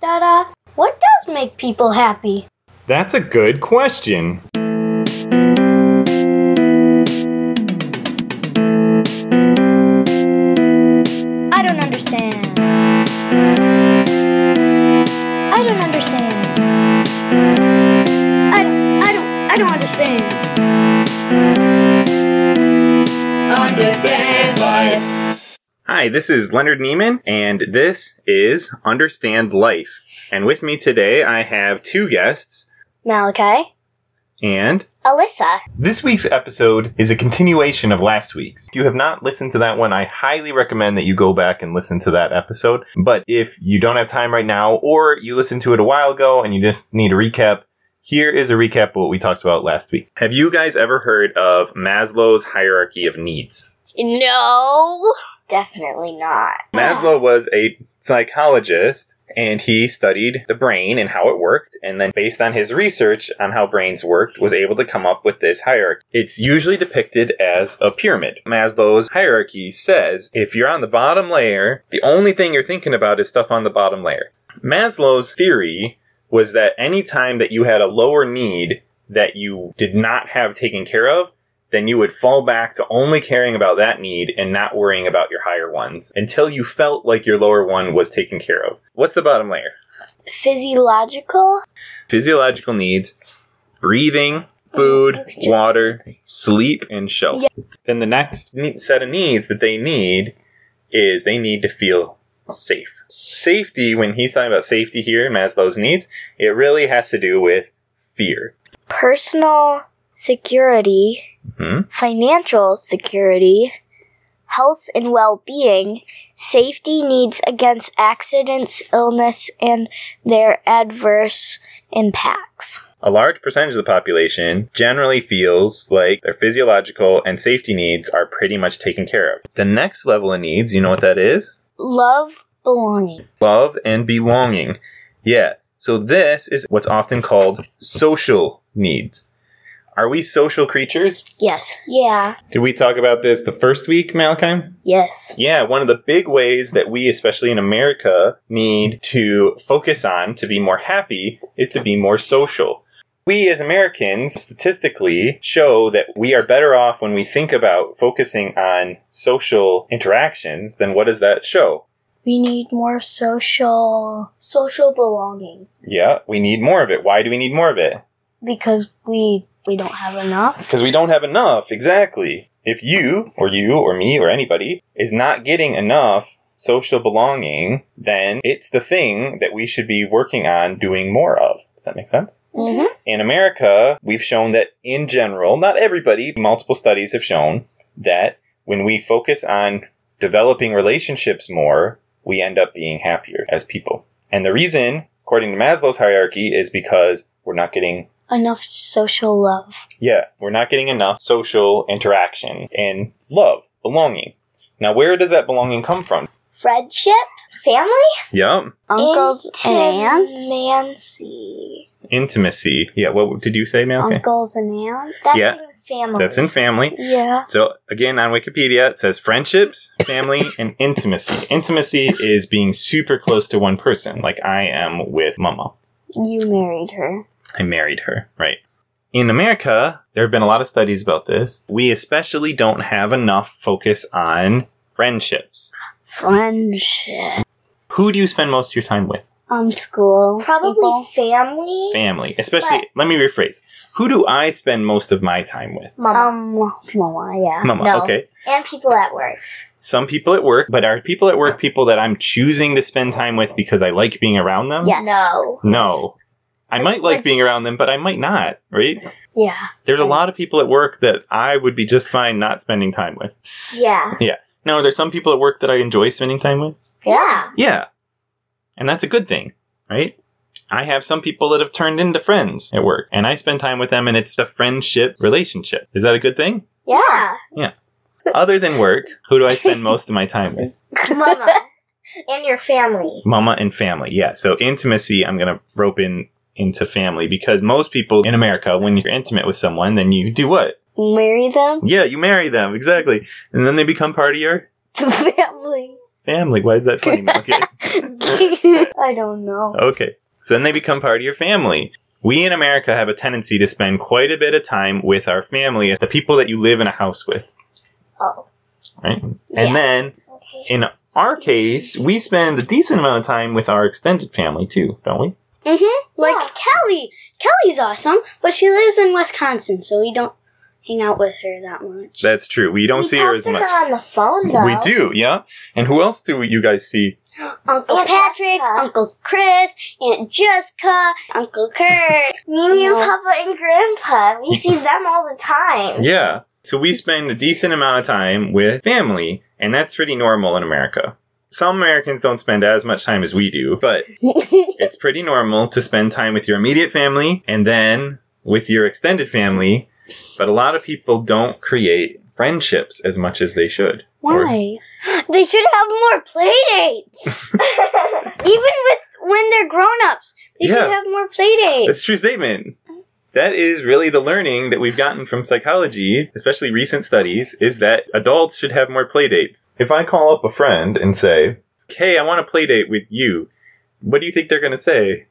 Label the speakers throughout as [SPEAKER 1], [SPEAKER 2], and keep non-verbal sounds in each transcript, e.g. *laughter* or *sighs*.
[SPEAKER 1] da da. What does make people happy?
[SPEAKER 2] That's a good question.
[SPEAKER 1] I don't understand. I don't understand. I don't, I don't, I don't understand.
[SPEAKER 2] Hi, this is Leonard Neiman, and this is Understand Life. And with me today, I have two guests,
[SPEAKER 1] Malachi,
[SPEAKER 2] and
[SPEAKER 1] Alyssa,
[SPEAKER 2] This week's episode is a continuation of last week's. If you have not listened to that one, I highly recommend that you go back and listen to that episode. But if you don't have time right now, or you listened to it a while ago and you just need a recap, here is a recap of what we talked about last week. Have you guys ever heard of Maslow's hierarchy of needs?
[SPEAKER 1] No, definitely not.
[SPEAKER 2] Maslow was a psychologist and he studied the brain and how it worked and then based on his research on how brains worked was able to come up with this hierarchy. It's usually depicted as a pyramid. Maslow's hierarchy says if you're on the bottom layer, the only thing you're thinking about is stuff on the bottom layer. Maslow's theory was that any time that you had a lower need that you did not have taken care of, then you would fall back to only caring about that need and not worrying about your higher ones until you felt like your lower one was taken care of. What's the bottom layer?
[SPEAKER 1] Physiological?
[SPEAKER 2] Physiological needs, breathing, food,
[SPEAKER 1] Just-
[SPEAKER 2] water, sleep, and shelter. Then the next ne- set of needs that they need is they need to feel safe. Safety, when he's talking about safety here, Maslow's needs, it really has to do with fear.
[SPEAKER 1] Personal security,
[SPEAKER 2] hmm
[SPEAKER 1] financial security, health and well being, safety needs against accidents, illness, and their adverse impacts.
[SPEAKER 2] A large percentage of the population generally feels like their physiological and safety needs are pretty much taken care of. The next level of needs, you know what that is?
[SPEAKER 1] Love, belonging.
[SPEAKER 2] Love and belonging. Yeah. So this is what's often called social needs. Are we social creatures?
[SPEAKER 1] Yes. Yeah.
[SPEAKER 2] Did we talk about this the first week, Malachi?
[SPEAKER 1] Yes.
[SPEAKER 2] Yeah, one of the big ways that we, especially in America, need to focus on to be more happy is to be more social. We as Americans statistically show that we are better off when we think about focusing on social interactions than what does that show?
[SPEAKER 1] We need more social social belonging
[SPEAKER 2] Yeah, we need more of it. Why do we need more of it?
[SPEAKER 1] because we we don't have enough.
[SPEAKER 2] Because we don't have enough, exactly. If you, or you, or me, or anybody is not getting enough social belonging, then it's the thing that we should be working on doing more of. Does that make sense?
[SPEAKER 1] Mm-hmm.
[SPEAKER 2] In America, we've shown that in general, not everybody, multiple studies have shown that when we focus on developing relationships more, we end up being happier as people. And the reason, according to Maslow's hierarchy, is because we're not getting
[SPEAKER 1] Enough social love.
[SPEAKER 2] yeah, we're not getting enough social interaction and love, belonging. Now, where does that belonging come from?
[SPEAKER 1] Friendship, family,
[SPEAKER 2] Yep.
[SPEAKER 1] uncles and aunts.
[SPEAKER 3] Nancy.
[SPEAKER 2] Intimacy. Yeah, what did you say, Malcolm?
[SPEAKER 1] Uncles and aunts. That's
[SPEAKER 2] Yeah.
[SPEAKER 1] in family.
[SPEAKER 2] That's in family.
[SPEAKER 3] Yeah.
[SPEAKER 2] So, again, on Wikipedia, it says friendships, *laughs* family, and intimacy. Intimacy is being super close to one person, like I am with Mama.
[SPEAKER 1] You married her.
[SPEAKER 2] I married her, right? In America, there have been a lot of studies about this. We especially don't have enough focus on friendships.
[SPEAKER 1] Friendship.
[SPEAKER 2] Who do you spend most of your time with?
[SPEAKER 1] Um, school.
[SPEAKER 3] Probably
[SPEAKER 1] people.
[SPEAKER 3] family.
[SPEAKER 2] family, especially.
[SPEAKER 3] But-
[SPEAKER 2] let me rephrase. Who do I spend most of my time with?
[SPEAKER 3] Mama.
[SPEAKER 1] Um, mama, yeah.
[SPEAKER 2] Mama.
[SPEAKER 3] no.
[SPEAKER 2] Okay.
[SPEAKER 3] and people at work.
[SPEAKER 2] Some people at work, but are people at work people that I'm choosing to spend time with because I like being around them?
[SPEAKER 1] Yes.
[SPEAKER 3] No.
[SPEAKER 2] No. I might like
[SPEAKER 3] Like-
[SPEAKER 2] being around them, but I might not, right?
[SPEAKER 1] Yeah.
[SPEAKER 2] There's a lot of people at work that I would be just fine not spending time with.
[SPEAKER 3] Yeah.
[SPEAKER 2] Now, are there some people at work that I enjoy spending time with?
[SPEAKER 3] Yeah.
[SPEAKER 2] Yeah. And that's a good thing, right? I have some people that have turned into friends at work, and I spend time with them, and it's a friendship relationship. Is that a good thing?
[SPEAKER 3] Yeah.
[SPEAKER 2] other than work, who do I spend most of my time
[SPEAKER 3] *laughs*
[SPEAKER 2] with?
[SPEAKER 3] Mama. and your family.
[SPEAKER 2] Mama and family. Yeah. So intimacy, I'm going to rope in into family because most people in America, when you're intimate with someone, then you do what?
[SPEAKER 1] Marry them? *laughs*
[SPEAKER 2] Yeah, you marry them. Exactly. And then they become part of your
[SPEAKER 1] The family. *laughs*
[SPEAKER 2] Family. Why is that
[SPEAKER 3] *laughs*
[SPEAKER 2] funny? Okay.
[SPEAKER 3] I don't know.
[SPEAKER 2] Okay. So then they become part of your family. We in America have a tendency to spend quite a bit of time with our family, the people that you live in a house with,
[SPEAKER 3] Oh.
[SPEAKER 2] right? And
[SPEAKER 3] Yeah.
[SPEAKER 2] then
[SPEAKER 3] Okay.
[SPEAKER 2] in our case, we spend a decent amount of time with our extended family too, don't we?
[SPEAKER 1] Mm-hmm. Like
[SPEAKER 3] Yeah.
[SPEAKER 1] Kelly. Kelly's awesome, but she lives in Wisconsin, so we don't hang out with her that much.
[SPEAKER 2] That's true. We don't
[SPEAKER 3] we
[SPEAKER 2] see her
[SPEAKER 3] talked
[SPEAKER 2] as
[SPEAKER 3] to
[SPEAKER 2] much.
[SPEAKER 3] her on the phone though.
[SPEAKER 2] We do, yeah. And who else do you guys see?
[SPEAKER 1] Uncle
[SPEAKER 3] Aunt
[SPEAKER 1] Patrick,
[SPEAKER 3] Jessica.
[SPEAKER 1] Uncle Chris, Aunt Jessica, Uncle
[SPEAKER 3] *laughs*
[SPEAKER 1] Kurt.
[SPEAKER 3] Me
[SPEAKER 1] No.
[SPEAKER 3] and Papa and
[SPEAKER 2] *laughs*
[SPEAKER 3] Grandpa. We see them all the time.
[SPEAKER 2] Yeah. So we spend a decent amount of time with family, and that's pretty normal in America. Some Americans don't spend as much time as we do,
[SPEAKER 3] *laughs*
[SPEAKER 2] but it's pretty normal to spend time with your immediate family and then with your extended family. But a lot of people don't create friendships as much as they should. Or-
[SPEAKER 1] Why? They should have more play
[SPEAKER 3] *laughs*
[SPEAKER 1] dates. Even with when they're grown ups. They
[SPEAKER 2] Yeah.
[SPEAKER 1] should have more play dates.
[SPEAKER 2] That's a true statement. That is really the learning that we've gotten from psychology, especially recent studies, is that adults should have more play dates. If I call up a friend and say, Hey, I want a play date with you, what do you think they're going to say?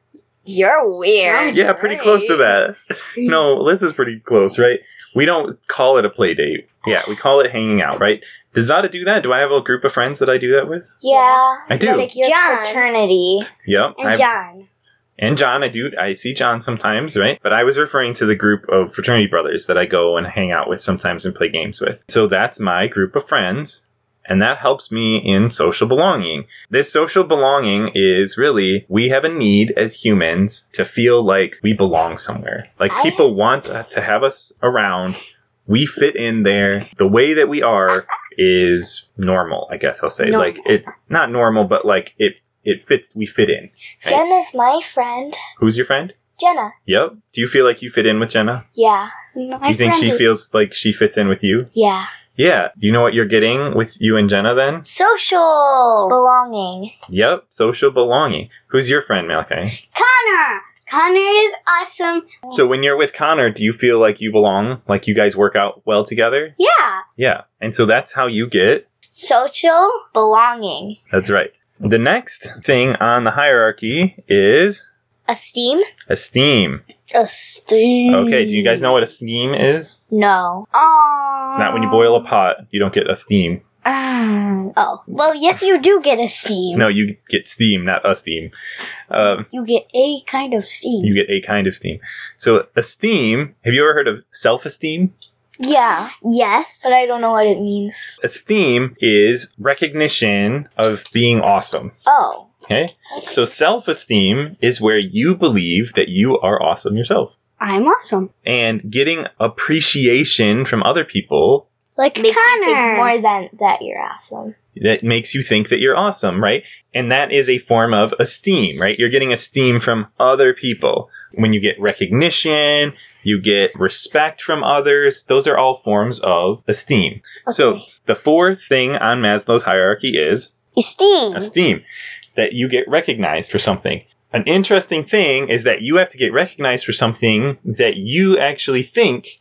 [SPEAKER 3] You're
[SPEAKER 1] weird.
[SPEAKER 2] Yeah, pretty close to that. No, this is pretty close, right? We don't call it a play date. Yeah, we call it hanging out, right? Does Zada do that? Do I have a group of friends that I do that with?
[SPEAKER 3] Yeah.
[SPEAKER 2] I do.
[SPEAKER 3] Like your
[SPEAKER 1] John.
[SPEAKER 3] fraternity.
[SPEAKER 2] Yep.
[SPEAKER 1] And
[SPEAKER 2] I've-
[SPEAKER 1] John.
[SPEAKER 2] and John, I do. I see John sometimes, right? But I was referring to the group of fraternity brothers that I go and hang out with sometimes and play games with. So that's my group of friends, and that helps me in social belonging. This social belonging is really we have a need as humans to feel like we belong somewhere. Like
[SPEAKER 3] I-
[SPEAKER 2] people want to have us around. We fit in there. The way that we are is normal, I guess I'll say.
[SPEAKER 1] Normal.
[SPEAKER 2] Like it's not normal, but like it it fits. We fit in. Right?
[SPEAKER 3] Jenna's my friend.
[SPEAKER 2] Who's your friend?
[SPEAKER 3] Jenna.
[SPEAKER 2] Yep. Do you feel like you fit in with Jenna?
[SPEAKER 3] Yeah.
[SPEAKER 1] My
[SPEAKER 2] you think
[SPEAKER 1] friend
[SPEAKER 2] she
[SPEAKER 1] is-
[SPEAKER 2] feels like she fits in with you?
[SPEAKER 1] Yeah.
[SPEAKER 2] Yeah. Do you know what you're getting with you and Jenna then?
[SPEAKER 1] Social.
[SPEAKER 3] Oh. Belonging.
[SPEAKER 2] Yep. Social belonging. Who's your friend, Malachi?
[SPEAKER 1] Connor. Connor is awesome.
[SPEAKER 2] So when you're with Connor, do you feel like you belong? Like you guys work out well together?
[SPEAKER 1] Yeah.
[SPEAKER 2] Yeah. And so that's how you get.
[SPEAKER 3] Social belonging.
[SPEAKER 2] That's right. The next thing on the hierarchy is
[SPEAKER 3] Esteem?
[SPEAKER 2] esteem.
[SPEAKER 3] Esteem.
[SPEAKER 2] Okay. Do you guys know what esteem is?
[SPEAKER 3] No. Oh.
[SPEAKER 2] It's not when you boil a pot, you don't get a steam.
[SPEAKER 1] *sighs* Oh. Well, yes, you do get a steam.
[SPEAKER 2] No, you get steam, not a steam. Um,
[SPEAKER 1] You get a kind of steam.
[SPEAKER 2] you get a kind of steam. So esteem, have you ever heard of self-esteem?
[SPEAKER 3] Yeah.
[SPEAKER 1] yes.
[SPEAKER 3] But I don't know what it means.
[SPEAKER 2] Esteem is recognition of being awesome.
[SPEAKER 3] Oh.
[SPEAKER 2] Okay? So self-esteem is where you believe that you are awesome yourself.
[SPEAKER 1] I'm awesome.
[SPEAKER 2] And getting appreciation from other people
[SPEAKER 1] Like
[SPEAKER 3] Makes
[SPEAKER 1] Connor.
[SPEAKER 3] you think more than that you're awesome.
[SPEAKER 2] that makes you think that you're awesome, right? And that is a form of esteem, right? You're getting esteem from other people. When you get recognition, you get respect from others. Those are all forms of esteem. So
[SPEAKER 3] Okay.
[SPEAKER 2] the fourth thing on Maslow's hierarchy is
[SPEAKER 1] Esteem.
[SPEAKER 2] esteem, that you get recognized for something. An interesting thing is that you have to get recognized for something that you actually think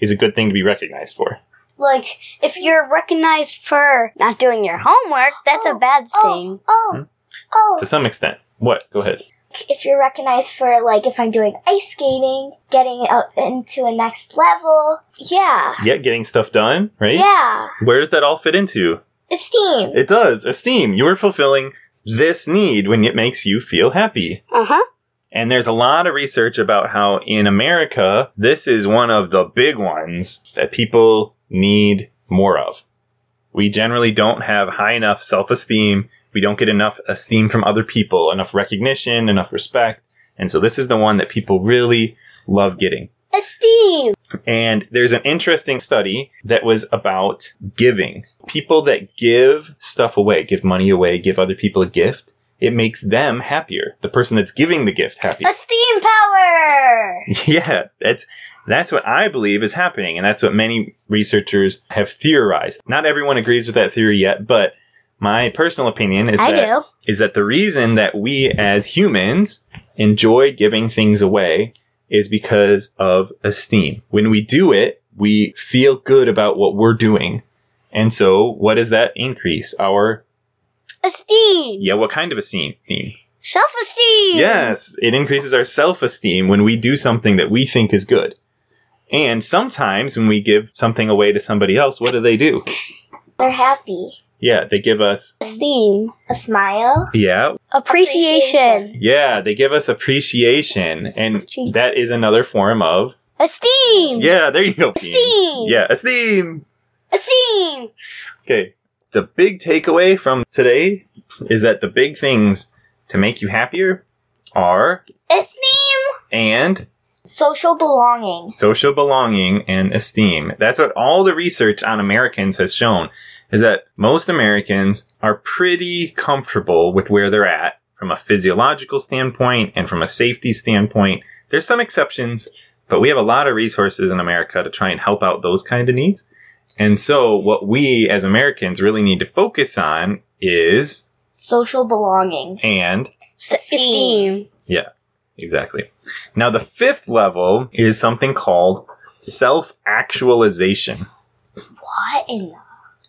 [SPEAKER 2] is a good thing to be recognized for.
[SPEAKER 1] Like if you're recognized for not doing your homework, that's a bad thing.
[SPEAKER 3] Oh.
[SPEAKER 2] Hmm?
[SPEAKER 3] Oh.
[SPEAKER 2] To some extent. What? Go ahead.
[SPEAKER 3] If you're recognized for, like, if I'm doing ice skating, getting up into a next level. Yeah.
[SPEAKER 2] Yeah, getting stuff done, right?
[SPEAKER 3] Yeah.
[SPEAKER 2] Where does that all fit into?
[SPEAKER 3] Esteem.
[SPEAKER 2] It does. Esteem. You're fulfilling this need when it makes you feel happy.
[SPEAKER 1] Uh
[SPEAKER 3] Uh-huh.
[SPEAKER 1] huh.
[SPEAKER 2] And there's a lot of research about how in America, this is one of the big ones that people need more of. We generally don't have high enough self esteem. We don't get enough esteem from other people, enough recognition, enough respect. And so this is the one that people really love getting.
[SPEAKER 1] Esteem.
[SPEAKER 2] And there's an interesting study that was about giving. People that give stuff away, give money away, give other people a gift, it makes them happier. The person that's giving the gift happier.
[SPEAKER 1] Esteem power.
[SPEAKER 2] *laughs* yeah, that's that's what I believe is happening and that's what many researchers have theorized. Not everyone agrees with that theory yet, but my personal opinion is
[SPEAKER 1] I
[SPEAKER 2] that
[SPEAKER 1] do.
[SPEAKER 2] is that the reason that we as humans enjoy giving things away is because of esteem. When we do it, we feel good about what we're doing. And so, what does that increase? Our
[SPEAKER 1] esteem.
[SPEAKER 2] Yeah, what kind of esteem? Theme?
[SPEAKER 1] Self esteem.
[SPEAKER 2] Yes, it increases our self esteem when we do something that we think is good. And sometimes when we give something away to somebody else, what do they do?
[SPEAKER 3] They're happy.
[SPEAKER 2] Yeah, they give us,
[SPEAKER 1] Esteem.
[SPEAKER 3] A smile.
[SPEAKER 2] yeah,
[SPEAKER 1] Appreciation.
[SPEAKER 2] yeah, they give us appreciation. And
[SPEAKER 1] Jeez.
[SPEAKER 2] that is another form of,
[SPEAKER 1] Esteem.
[SPEAKER 2] yeah, there you go. Dean.
[SPEAKER 1] Esteem.
[SPEAKER 2] Yeah, esteem.
[SPEAKER 1] Esteem.
[SPEAKER 2] Okay, the big takeaway from today is that the big things to make you happier are
[SPEAKER 1] Esteem.
[SPEAKER 2] and
[SPEAKER 3] Social belonging.
[SPEAKER 2] social belonging and esteem. That's what all the research on Americans has shown is that most Americans are pretty comfortable with where they're at from a physiological standpoint and from a safety standpoint. There's some exceptions, but we have a lot of resources in America to try and help out those kind of needs. And so what we as Americans really need to focus on is
[SPEAKER 3] Social belonging.
[SPEAKER 2] and
[SPEAKER 1] S- Esteem.
[SPEAKER 2] Exactly. Now, the fifth level is something called self actualization.
[SPEAKER 3] What in the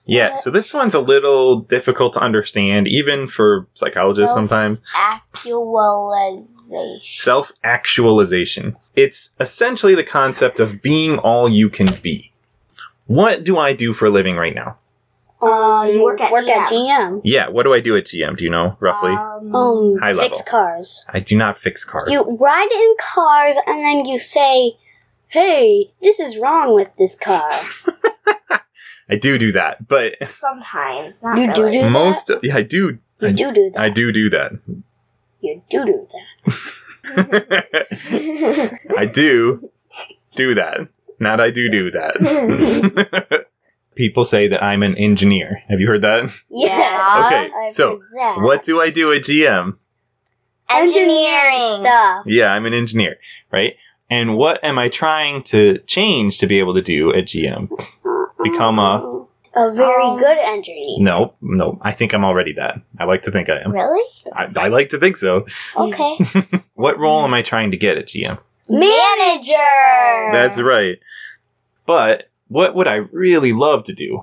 [SPEAKER 2] Yeah, so this one's a little difficult to understand, even for psychologists
[SPEAKER 3] Self-
[SPEAKER 2] sometimes.
[SPEAKER 3] actualization?
[SPEAKER 2] Self actualization. It's essentially the concept of being all you can be. What do I do for a living right now?
[SPEAKER 3] Uh, you work at
[SPEAKER 1] work
[SPEAKER 3] GM.
[SPEAKER 1] at GM.
[SPEAKER 2] Yeah, what do I do at GM? Do you know roughly?
[SPEAKER 3] Um,
[SPEAKER 1] Um,
[SPEAKER 2] High level.
[SPEAKER 1] fix cars.
[SPEAKER 2] I do not fix cars.
[SPEAKER 1] You ride in cars and then you say, "Hey, this is wrong with this car."
[SPEAKER 2] I do do that, but
[SPEAKER 3] sometimes. Not
[SPEAKER 1] You do
[SPEAKER 3] really.
[SPEAKER 1] do- that?
[SPEAKER 2] most, yeah, I do, I-
[SPEAKER 1] You do do that.
[SPEAKER 2] I do do that. *laughs*
[SPEAKER 1] You do do that.
[SPEAKER 3] *laughs*
[SPEAKER 2] I do do that. Not I do
[SPEAKER 1] *laughs*
[SPEAKER 2] do that. *laughs* People say that I'm an engineer. Have you heard that?
[SPEAKER 1] Yes,
[SPEAKER 2] Okay,
[SPEAKER 1] I've heard
[SPEAKER 2] so,
[SPEAKER 1] that.
[SPEAKER 2] What do I do at GM?
[SPEAKER 1] engineering stuff?
[SPEAKER 2] Yeah, I'm an engineer, right? And what am I trying to change to be able to do at GM? Become a-
[SPEAKER 1] a very
[SPEAKER 3] Um,
[SPEAKER 1] good engineer.
[SPEAKER 2] Nope, nope. I think I'm already that. I like to think I am.
[SPEAKER 3] Really?
[SPEAKER 2] I, I like to think so.
[SPEAKER 3] Okay.
[SPEAKER 2] What role am I trying to get at GM?
[SPEAKER 1] Manager.
[SPEAKER 2] That's right. But what would I really love to do?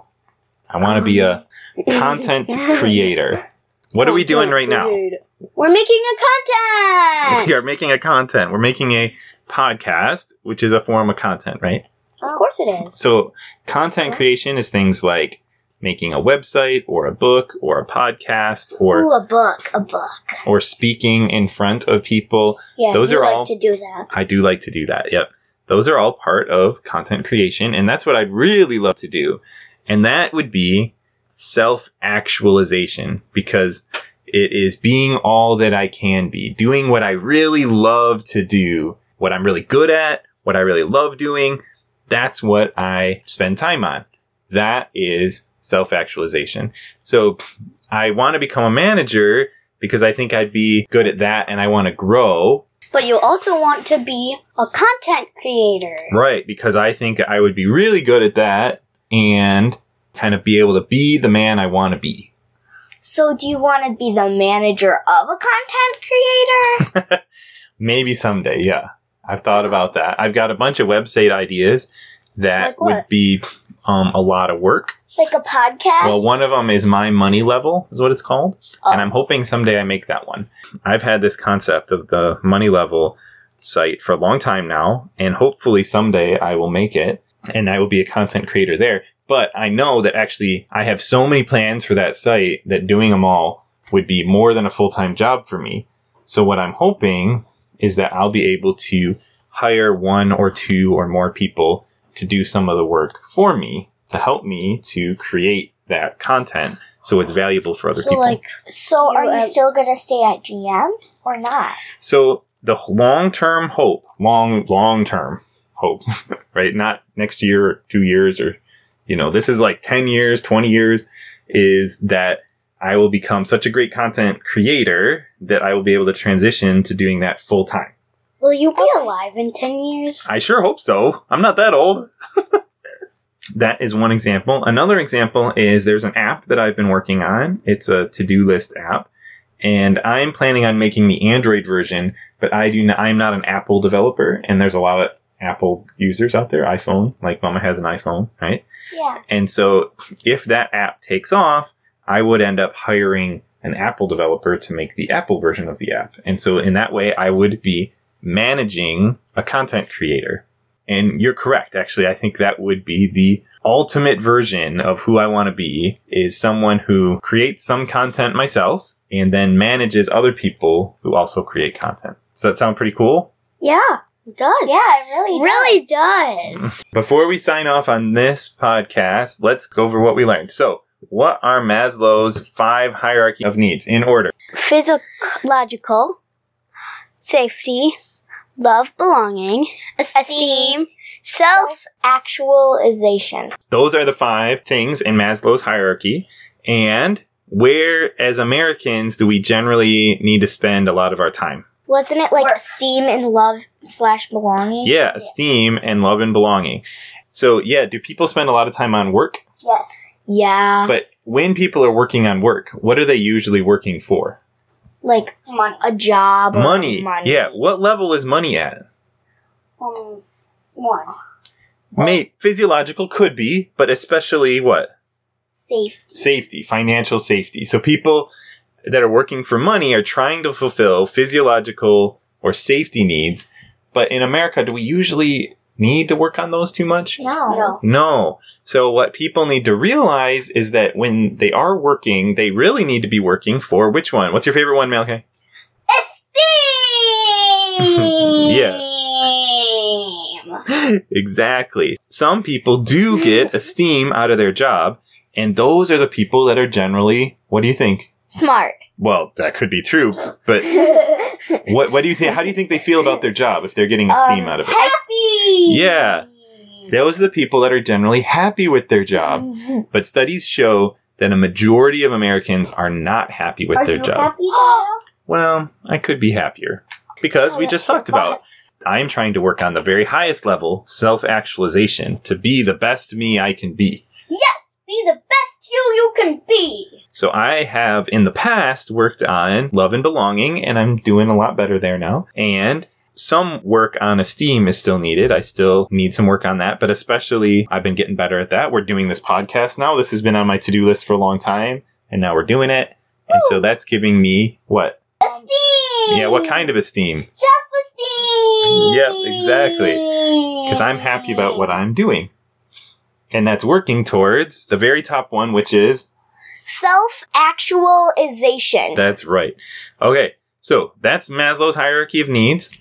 [SPEAKER 2] I want to be a
[SPEAKER 1] Um,
[SPEAKER 2] content creator. What are we doing right now?
[SPEAKER 1] We're making a content.
[SPEAKER 2] *laughs* We are making a content. We're making a podcast, which is a form of content, right?
[SPEAKER 1] Of course it is.
[SPEAKER 2] So, content creation is things like making a website or a book or a podcast or
[SPEAKER 1] Oh.
[SPEAKER 3] Ooh, a book. A book.
[SPEAKER 2] or speaking in front of people.
[SPEAKER 1] Yeah,
[SPEAKER 2] Those
[SPEAKER 1] you
[SPEAKER 2] are
[SPEAKER 1] like
[SPEAKER 2] all-
[SPEAKER 1] to do that.
[SPEAKER 2] I do like to do that. Yep. Those are all part of content creation and that's what I'd really love to do. And that would be self-actualization because it is being all that I can be, doing what I really love to do, what I'm really good at, what I really love doing. That's what I spend time on. That is self actualization. So I want to become a manager because I think I'd be good at that and I want to grow.
[SPEAKER 1] But you also want to be a content creator.
[SPEAKER 2] Right. Because I think I would be really good at that and kind of be able to be the man I want to be.
[SPEAKER 3] So, do you want to be the manager of a
[SPEAKER 2] *laughs*
[SPEAKER 3] content creator?
[SPEAKER 2] Maybe someday, yeah. I've thought about that. I've got a bunch of website ideas that
[SPEAKER 1] Like what?
[SPEAKER 2] would be um, a lot of work.
[SPEAKER 3] like a podcast?
[SPEAKER 2] Well, one of them is My Money Level, is what it's called. And I'm hoping someday I make that one. I've had this concept of the Money Level site for a long time now, and hopefully someday I will make it and I will be a content creator there. But I know that actually I have so many plans for that site that doing them all would be more than a full time job for me. So, what I'm hoping is that I'll be able to hire one or two or more people to do some of the work for me to help me to create that content so it's valuable for other
[SPEAKER 1] So
[SPEAKER 2] people.
[SPEAKER 1] like
[SPEAKER 3] so,
[SPEAKER 1] You
[SPEAKER 3] are you
[SPEAKER 1] have-
[SPEAKER 3] still going to stay at GM or not?
[SPEAKER 2] So the long term hope, long long term hope, *laughs* right? Not next year, or two years, or you know, this is like ten years, twenty years, is that I will become such a great content creator that I will be able to transition to doing that full time.
[SPEAKER 1] will you be alive in ten years?
[SPEAKER 2] I sure hope so. I'm not that old. *laughs* that is one example. Another example is there's an app that I've been working on. It's a to-do list app, and I'm planning on making the Android version. But I do. Not, I'm not an Apple developer, and there's a lot of Apple users out there. iPhone, like Mama has an iPhone, right?
[SPEAKER 3] Yeah.
[SPEAKER 2] And so, if that app takes off, I would end up hiring a an Apple developer to make the Apple version of the app. And so in that way, I would be managing a content creator. And you're correct. Actually, I think that would be the ultimate version of who I want to be is someone who creates some content myself and then manages other people who also create content. Does that sound pretty cool?
[SPEAKER 1] Yeah, it does.
[SPEAKER 3] Yeah, it really,
[SPEAKER 1] really
[SPEAKER 3] does.
[SPEAKER 1] does.
[SPEAKER 2] Before we sign off on this podcast, let's go over what we learned. So, what are Maslow's five hierarchy of needs in order?
[SPEAKER 1] Physiological, safety, love, belonging,
[SPEAKER 3] Esteem,
[SPEAKER 1] esteem, self.
[SPEAKER 3] actualization.
[SPEAKER 2] Those are the five things in Maslow's hierarchy. And where, as Americans, do we generally need to spend a lot of our time?
[SPEAKER 3] Wasn't it like
[SPEAKER 1] Or-
[SPEAKER 3] esteem and love slash belonging?
[SPEAKER 2] Yeah, esteem and love and belonging. So, yeah, do people spend a lot of time on work?
[SPEAKER 3] Yes.
[SPEAKER 1] Yeah.
[SPEAKER 3] Uh-huh.
[SPEAKER 2] But when people are working on work, what are they usually working for?
[SPEAKER 1] like
[SPEAKER 3] Money.
[SPEAKER 1] a job. or
[SPEAKER 2] Money.
[SPEAKER 1] money.
[SPEAKER 2] Yeah, what level is money at?
[SPEAKER 3] Um, one.
[SPEAKER 2] Mate, physiological could be, but especially what?
[SPEAKER 3] Safe.
[SPEAKER 2] Safety, financial safety. So people that are working for money are trying to fulfill physiological or safety needs. But in America, do we usually need to work on those too much?
[SPEAKER 3] No.
[SPEAKER 1] No.
[SPEAKER 2] No. So what people need to realize is that when they are working, they really need to be working for which one? What's your favorite one, Malachi? *laughs* *laughs*
[SPEAKER 3] Esteem!
[SPEAKER 2] exactly. Some people do get esteem out of their job, and those are the people that are generally, what do you think?
[SPEAKER 3] *laughs*
[SPEAKER 1] Smart.
[SPEAKER 2] Well, that could be true, but what what do you think? How do you think they feel about their job if they're getting esteem
[SPEAKER 3] Um,
[SPEAKER 2] out of it?
[SPEAKER 3] Happy!
[SPEAKER 2] Yeah. Those are the people that are generally happy with their job,
[SPEAKER 3] Mm.
[SPEAKER 2] but studies show that a majority of Americans are not happy with
[SPEAKER 3] Are
[SPEAKER 2] their
[SPEAKER 3] you
[SPEAKER 2] job.
[SPEAKER 3] happy now?
[SPEAKER 2] Well, I could be happier because
[SPEAKER 3] Oh,
[SPEAKER 2] we just talked about I'm trying to work on the very highest level, self actualization, to be the best me I can be.
[SPEAKER 3] Yes! Be the best you you can be!
[SPEAKER 2] So I have in the past worked on love and belonging, and I'm doing a lot better there now. And some work on esteem is still needed. I still need some work on that, but especially I've been getting better at that. We're doing this podcast now. This has been on my to do list for a long time, and now we're doing it. And so that's giving me what?
[SPEAKER 3] *gasps* Esteem!
[SPEAKER 2] Yeah, what kind of esteem?
[SPEAKER 3] Self-esteem!
[SPEAKER 2] Yep, exactly. because I'm happy about what I'm doing. And that's working towards the very top one, which is
[SPEAKER 1] Self actualization.
[SPEAKER 2] that's right. Okay, so that's Maslow's hierarchy of needs.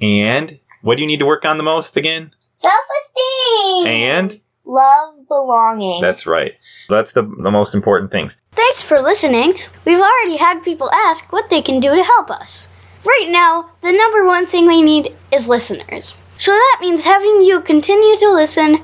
[SPEAKER 2] And what do you need to work on the most again?
[SPEAKER 3] Self-esteem!
[SPEAKER 2] And
[SPEAKER 1] Love,
[SPEAKER 3] Mm-hmm.
[SPEAKER 1] belonging.
[SPEAKER 2] that's right. That's the, the most important things.
[SPEAKER 1] Thanks for listening. We've already had people ask what they can do to help us. Right now, the number one thing we need is listeners. So that means having you continue to listen,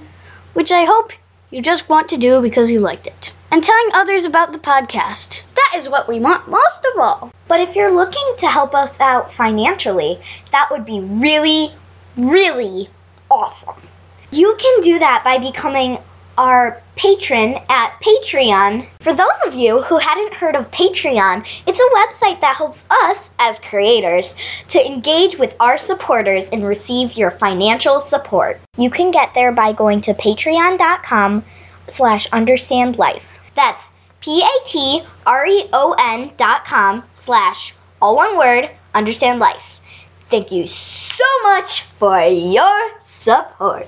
[SPEAKER 1] which I hope you just want to do because you liked it, and telling others about the podcast. That is what we want most of all.
[SPEAKER 3] But if you're looking to help us out financially, that would be really, really awesome. You can do that by becoming our patron at Patreon. For those of you who hadn't heard of Patreon, it's a website that helps us as creators to engage with our supporters and receive your financial support. You can get there by going to patreon.com slash understand life. That's p-a-t-r-e-o-n E dot com slash all one word understand life thank you so much for your support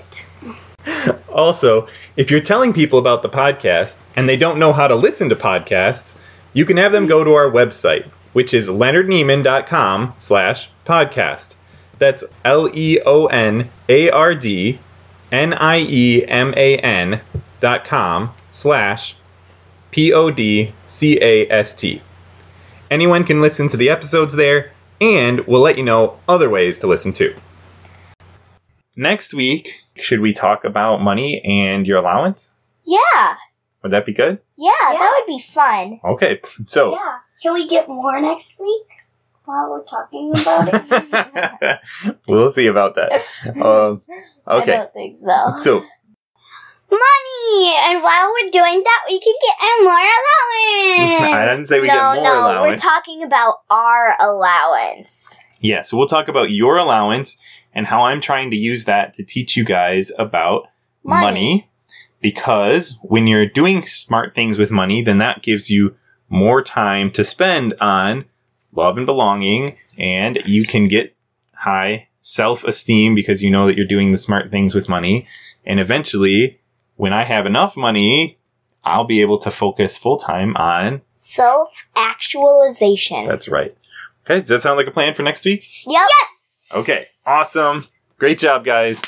[SPEAKER 2] Also, if you're telling people about the podcast and they don't know how to listen to podcasts, you can have them go to our website, which is leonardneiman.com slash podcast. That's E E L-E-O-N-A-R-D-N-I-E-M-A-N dot com slash P-O-D-C-A-S-T. Anyone can listen to the episodes there, and we'll let you know other ways to listen too. Next week, should we talk about money and your allowance?
[SPEAKER 3] yeah
[SPEAKER 2] Would that be good?
[SPEAKER 3] yeah,
[SPEAKER 1] Yeah.
[SPEAKER 3] that would be fun
[SPEAKER 2] Okay, so.
[SPEAKER 3] yeah can we get more next week while we're talking about it
[SPEAKER 2] we'll see about that. Um,
[SPEAKER 3] *laughs* i
[SPEAKER 2] *laughs* okay,
[SPEAKER 3] don't think so
[SPEAKER 2] so *laughs*
[SPEAKER 1] Money! And while we're doing that, we can get a more allowance!
[SPEAKER 2] I didn't say we
[SPEAKER 3] no,
[SPEAKER 2] get more
[SPEAKER 3] no, we're
[SPEAKER 2] allowance.
[SPEAKER 3] talking about our allowance.
[SPEAKER 2] yeah, so we'll talk about your allowance and how I'm trying to use that to teach you guys about money.
[SPEAKER 1] Money.
[SPEAKER 2] because when you're doing smart things with money, then that gives you more time to spend on love and belonging, and you can get high self esteem because you know that you're doing the smart things with money. And eventually, when I have enough money, I'll be able to focus full time on.
[SPEAKER 3] Self actualization. Yep.
[SPEAKER 2] That's right. Okay, does that sound like a plan for next week?
[SPEAKER 3] Yes.
[SPEAKER 2] Okay, awesome. Great job, guys.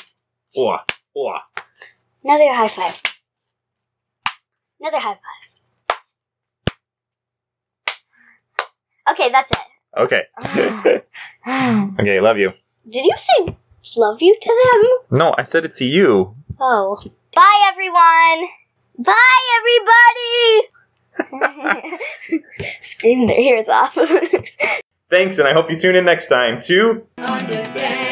[SPEAKER 2] Mwah, mwah.
[SPEAKER 1] Another high five. Another high five.
[SPEAKER 3] Okay, that's
[SPEAKER 2] Okay. *laughs*
[SPEAKER 3] it.
[SPEAKER 2] okay, love you.
[SPEAKER 1] *sighs* Did you say love you to them?
[SPEAKER 2] No, I said it to you.
[SPEAKER 1] Oh.
[SPEAKER 3] Bye, everyone.
[SPEAKER 1] Bye, everybody! *laughs* Scream their ears off. *laughs*
[SPEAKER 2] Thanks, and I hope you tune in next time to
[SPEAKER 4] Understand.